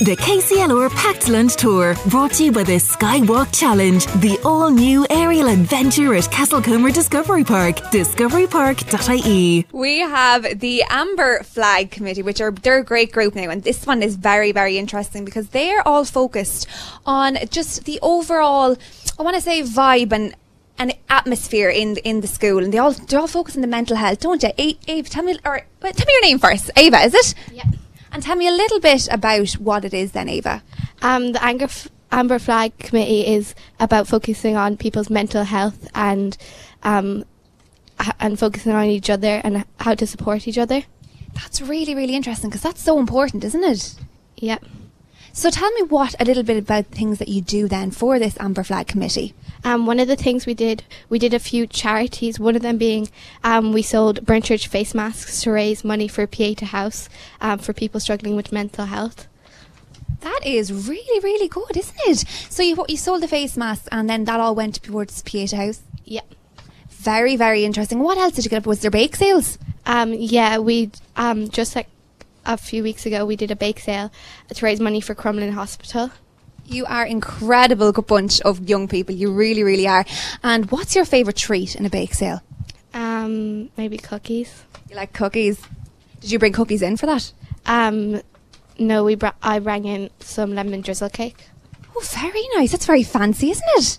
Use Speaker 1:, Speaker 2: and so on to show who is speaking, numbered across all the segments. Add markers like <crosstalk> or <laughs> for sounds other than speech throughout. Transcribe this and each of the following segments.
Speaker 1: The KCLR Packed Lunch Tour, brought to you by the Skywalk Challenge, the all new aerial adventure at Castlecomer Discovery Park, discoverypark.ie.
Speaker 2: We have the Amber Flag Committee, which are they're a great group now, and this one is very, very interesting because they are all focused on just the overall, I want to say, vibe and an atmosphere in in the school, and they all they all focus on the mental health, don't you? A- Ava, tell me or well, tell me your name first. Ava, is it?
Speaker 3: Yeah.
Speaker 2: And tell me a little bit about what it is, then, Ava.
Speaker 3: Um, the Anger F- Amber Flag Committee is about focusing on people's mental health and um, h- and focusing on each other and how to support each other.
Speaker 2: That's really really interesting because that's so important, isn't it?
Speaker 3: Yeah.
Speaker 2: So tell me what a little bit about things that you do then for this Amber Flag Committee.
Speaker 3: Um, one of the things we did, we did a few charities. One of them being, um, we sold Church face masks to raise money for Pieta House um, for people struggling with mental health.
Speaker 2: That is really really good, isn't it? So you you sold the face masks, and then that all went towards Pieta House.
Speaker 3: Yeah.
Speaker 2: Very very interesting. What else did you get up? Was there bake sales?
Speaker 3: Um, yeah, we um, just like a few weeks ago, we did a bake sale to raise money for Crumlin Hospital.
Speaker 2: You are incredible good bunch of young people. You really, really are. And what's your favourite treat in a bake sale?
Speaker 3: Um, maybe cookies.
Speaker 2: You like cookies? Did you bring cookies in for that?
Speaker 3: Um, no, we br- I rang in some lemon drizzle cake.
Speaker 2: Oh, very nice. That's very fancy, isn't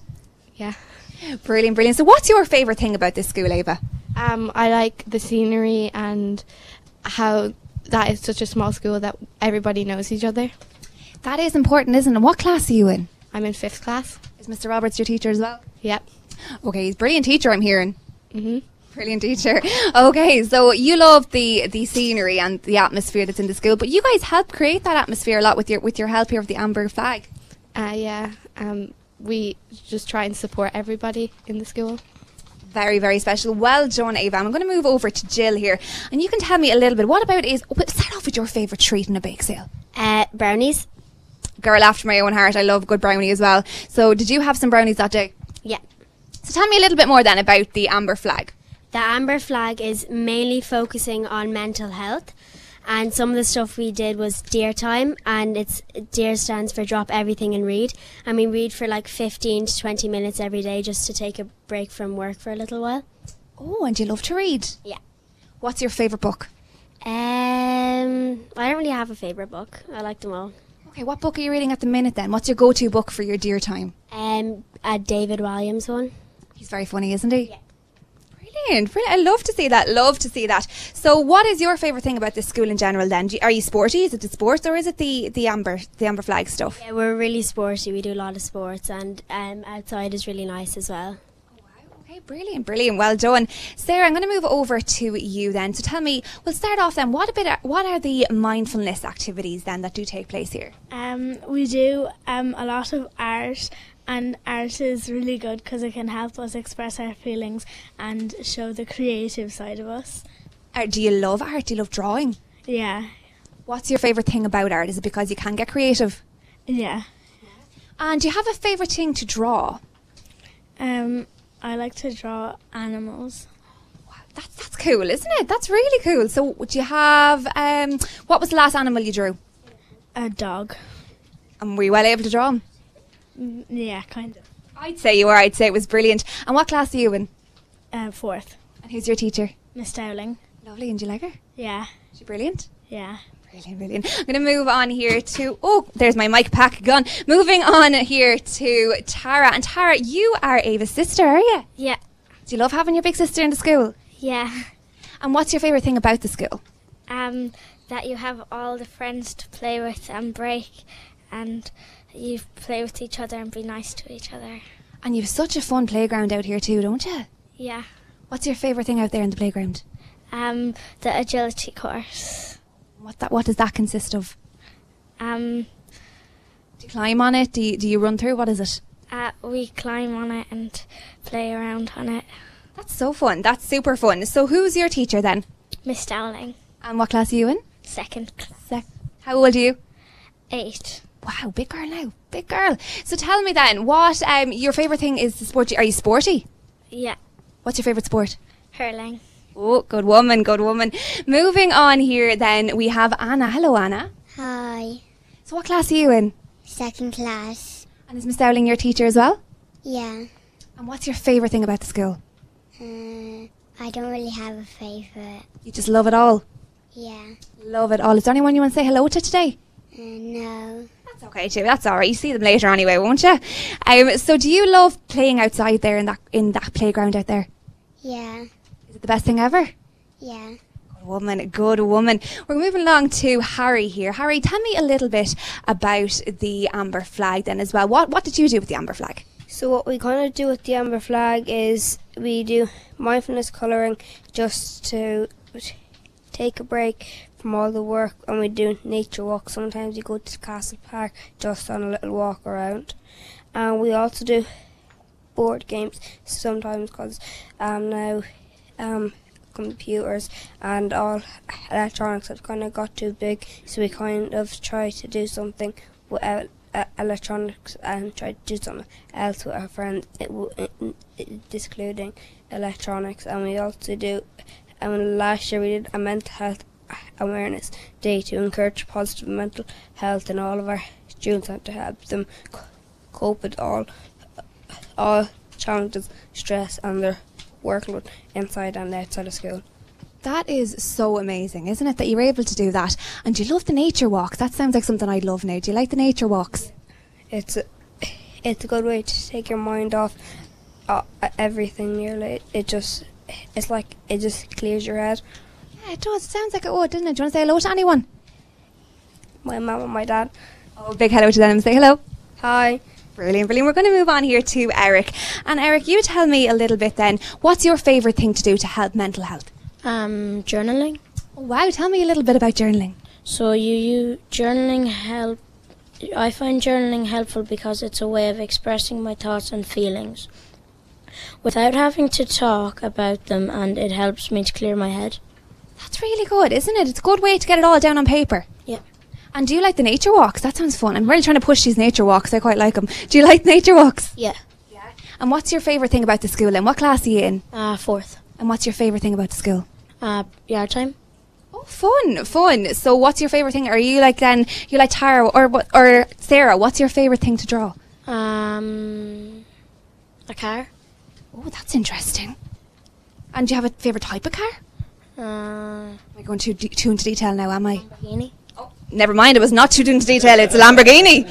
Speaker 3: Yeah.
Speaker 2: it? Brilliant, brilliant. So, what's your favourite thing about this school, Ava?
Speaker 3: Um, I like the scenery and how that is such a small school that everybody knows each other.
Speaker 2: That is important, isn't it? And what class are you in?
Speaker 3: I'm in fifth class.
Speaker 2: Is Mr. Roberts your teacher as well?
Speaker 3: Yep.
Speaker 2: Okay, he's a brilliant teacher, I'm hearing.
Speaker 3: Mhm.
Speaker 2: Mm-hmm. Brilliant teacher. Okay, so you love the the scenery and the atmosphere that's in the school, but you guys help create that atmosphere a lot with your with your help here with the Amber Flag.
Speaker 3: Uh, yeah. Um, we just try and support everybody in the school.
Speaker 2: Very, very special. Well done, Ava. I'm going to move over to Jill here, and you can tell me a little bit. What about is well, start off with your favourite treat in a bake sale?
Speaker 4: Uh, brownies.
Speaker 2: Girl after my own heart. I love a good brownie as well. So, did you have some brownies that day?
Speaker 4: Yeah.
Speaker 2: So, tell me a little bit more then about the amber flag.
Speaker 4: The amber flag is mainly focusing on mental health. And some of the stuff we did was Dear Time, and it's Dear stands for Drop Everything and Read. And we read for like 15 to 20 minutes every day just to take a break from work for a little while.
Speaker 2: Oh, and you love to read.
Speaker 4: Yeah.
Speaker 2: What's your favourite book?
Speaker 4: Um, I don't really have a favourite book, I like them all.
Speaker 2: Okay, what book are you reading at the minute then? What's your go-to book for your dear time?
Speaker 4: Um, a David Williams one.
Speaker 2: He's very funny, isn't he?
Speaker 4: Yeah.
Speaker 2: Brilliant, brilliant. I love to see that. Love to see that. So, what is your favourite thing about this school in general? Then, Do you- are you sporty? Is it the sports or is it the the amber the amber flag stuff?
Speaker 4: Yeah, we're really sporty, we do a lot of sports, and um, outside is really nice as well.
Speaker 2: Wow, Okay, brilliant, brilliant. Well done, Sarah. I'm going to move over to you then. So tell me, we'll start off then. What a bit? What are the mindfulness activities then that do take place here?
Speaker 5: Um, we do um, a lot of art, and art is really good because it can help us express our feelings and show the creative side of us.
Speaker 2: Uh, do you love art? Do you love drawing?
Speaker 5: Yeah,
Speaker 2: What's your favorite thing about art? Is it because you can get creative?
Speaker 5: yeah.
Speaker 2: And do you have a favorite thing to draw?
Speaker 5: Um, I like to draw animals.
Speaker 2: Wow, that's that's cool, isn't it? That's really cool. So do you have? Um, what was the last animal you drew?
Speaker 5: A dog.
Speaker 2: And were you well able to draw 'em?
Speaker 5: Mm, Yeah, kind of.
Speaker 2: I'd say you were. I'd say it was brilliant. And what class are you in?
Speaker 5: Uh, fourth,
Speaker 2: And who's your teacher?
Speaker 5: Miss Dowling.
Speaker 2: Lovely. And do you like her?
Speaker 5: Yeah,
Speaker 2: She brilliant.
Speaker 5: yeah.
Speaker 2: Brilliant, brilliant. I'm going to move on here to. Oh, there's my mic pack gone. Moving on here to Tara. And Tara, you are Ava's sister, are you?
Speaker 4: Yeah,
Speaker 2: Do you love having your big sister in the school?
Speaker 4: yeah.
Speaker 2: And what's your favourite thing about the school?
Speaker 6: um, that you have all the friends to play with and break, and you play with each other and be nice to each other.
Speaker 2: And you've such a fun playground out here, too, don't you?
Speaker 6: Yeah.
Speaker 2: What's your favourite thing out there in the playground?
Speaker 6: Um, the agility course.
Speaker 2: What that? What does that consist of?
Speaker 6: Um,
Speaker 2: Do you climb on it? Do you, do you run through? What is it?
Speaker 6: uh, we climb on it and play around on it.
Speaker 2: That's so fun. That's super fun. So, who's your teacher then?
Speaker 6: Miss Dowling,
Speaker 2: And what class are you in?
Speaker 6: second class,
Speaker 2: Sec. How old are you?
Speaker 6: eight.
Speaker 2: Wow, big girl now, big girl. So tell me then, what um your favorite thing is the sport? Are you sporty?
Speaker 6: Yeah,
Speaker 2: What's your favorite sport?
Speaker 6: hurling.
Speaker 2: Oh, good woman, good woman. Moving on here, then we have Anna. Hello, Anna.
Speaker 6: Hi.
Speaker 2: So So what class are you in?
Speaker 6: Second class.
Speaker 2: And is Miss Dowling your teacher as well?
Speaker 6: Yeah.
Speaker 2: And what's your favourite thing about the school?
Speaker 6: Uh, I don't really have a favourite.
Speaker 2: You just love it all.
Speaker 6: Yeah.
Speaker 2: Love it all. Is there anyone you want to say hello to today?
Speaker 6: Uh, no.
Speaker 2: That's okay too. That's all right. You see them later anyway, won't you? Um, so do you love playing outside there in that in that playground out there?
Speaker 6: Yeah.
Speaker 2: Is it the best thing ever?
Speaker 6: Yeah.
Speaker 2: Good woman, good woman. We're moving along to Harry here. Harry, tell me a little bit about the amber flag then as well. What what did you do with the amber flag?
Speaker 7: So what we kind of do with the amber flag is we do mindfulness colouring just to t- take a break from all the work, and we do nature walks. Sometimes we go to Castle Park just on a little walk around, and we also do board games sometimes because um, now um, computers and all electronics have kind of got too big, so we kind of try to do something without uh, electronics and try to do something else with our friends, it w- it, it, excluding electronics. And we also do, um, last year we did a mental health awareness day to encourage positive mental health in all of our students and to help them c- cope with all, all challenges, stress, and their workload inside and outside of school.
Speaker 2: That is so amazing, isn't it? That you're able to do that. And you love the nature walks. That sounds like something I'd love now. Do you like the nature walks?
Speaker 7: It's a, it's a good way to take your mind off uh, everything nearly. It, it just it's like it just clears your head.
Speaker 2: Yeah, it does. It sounds like it would, doesn't it? Do you want to say hello to anyone?
Speaker 7: My mum and my dad.
Speaker 2: Oh, big hello to them. Say hello.
Speaker 7: Hi.
Speaker 2: Brilliant, brilliant. We're going to move on here to Eric. And Eric, you tell me a little bit then. What's your favourite thing to do to help mental health?
Speaker 4: Um, journaling.
Speaker 2: Oh, wow, tell me a little bit about journaling.
Speaker 4: So you, you journaling help. I find journaling helpful because it's a way of expressing my thoughts and feelings without having to talk about them, and it helps me to clear my head.
Speaker 2: That's really good, isn't it? It's a good way to get it all down on paper.
Speaker 4: Yeah.
Speaker 2: And do you like the nature walks? That sounds fun. I'm really trying to push these nature walks. I quite like them. Do you like nature walks?
Speaker 4: Yeah.
Speaker 2: And what's your favourite thing about the school then? What class are you in?
Speaker 4: Uh, fourth.
Speaker 2: And what's your favourite thing about the school?
Speaker 4: Uh, yard time.
Speaker 2: Oh, fun, fun. So, what's your favourite thing? Are you like then? You like Tara or what? Or Sarah? What's your favourite thing to draw?
Speaker 4: Um, a car.
Speaker 2: Oh, that's interesting. And do you have a favourite type of car?
Speaker 4: Uh,
Speaker 2: Am I going too de- too into detail now? Am I?
Speaker 4: Lamborghini.
Speaker 2: Never mind. It was not too into detail. It's a Lamborghini.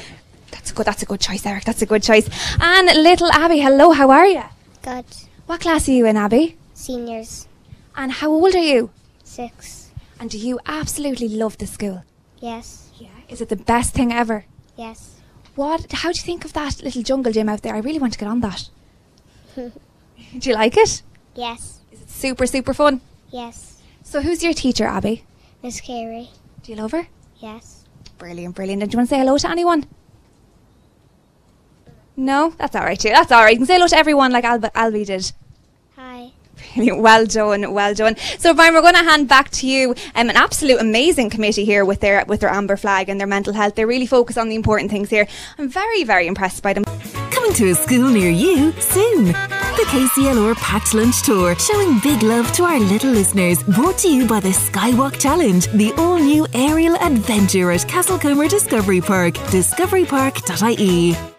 Speaker 2: That's a good. That's a good choice, Eric. That's a good choice. And little Abby, hello. How are you?
Speaker 6: Good.
Speaker 2: What class are you in, Abby?
Speaker 6: Seniors.
Speaker 2: And how old are you?
Speaker 6: Six.
Speaker 2: And do you absolutely love the school?
Speaker 6: Yes.
Speaker 2: Yeah. Is it the best thing ever?
Speaker 6: Yes.
Speaker 2: What? How do you think of that little jungle gym out there? I really want to get on that. do you like it?
Speaker 6: Yes.
Speaker 2: Is it super super fun?
Speaker 6: Yes.
Speaker 2: So who's your teacher, Abby?
Speaker 6: Miss Carey.
Speaker 2: Do you love her?
Speaker 6: Yes.
Speaker 2: Brilliant, brilliant. And do you want to say hello to anyone? No, that's all right too. That's all right. You can say hello to everyone like Alba, Albie did. <laughs>
Speaker 6: Hi.
Speaker 2: Brilliant. Well done, well done. So Brian, we're going to hand back to you um, an absolute amazing committee here with their with their amber flag and their mental health. They really focus on the important things here. I'm very very impressed by them.
Speaker 1: Coming to a school near you soon. The KCLR Packed Lunch Tour, showing big love to our little listeners. Brought to you by the Skywalk Challenge, the all new aerial adventure at Castlecomer Discovery Park. DiscoveryPark.ie.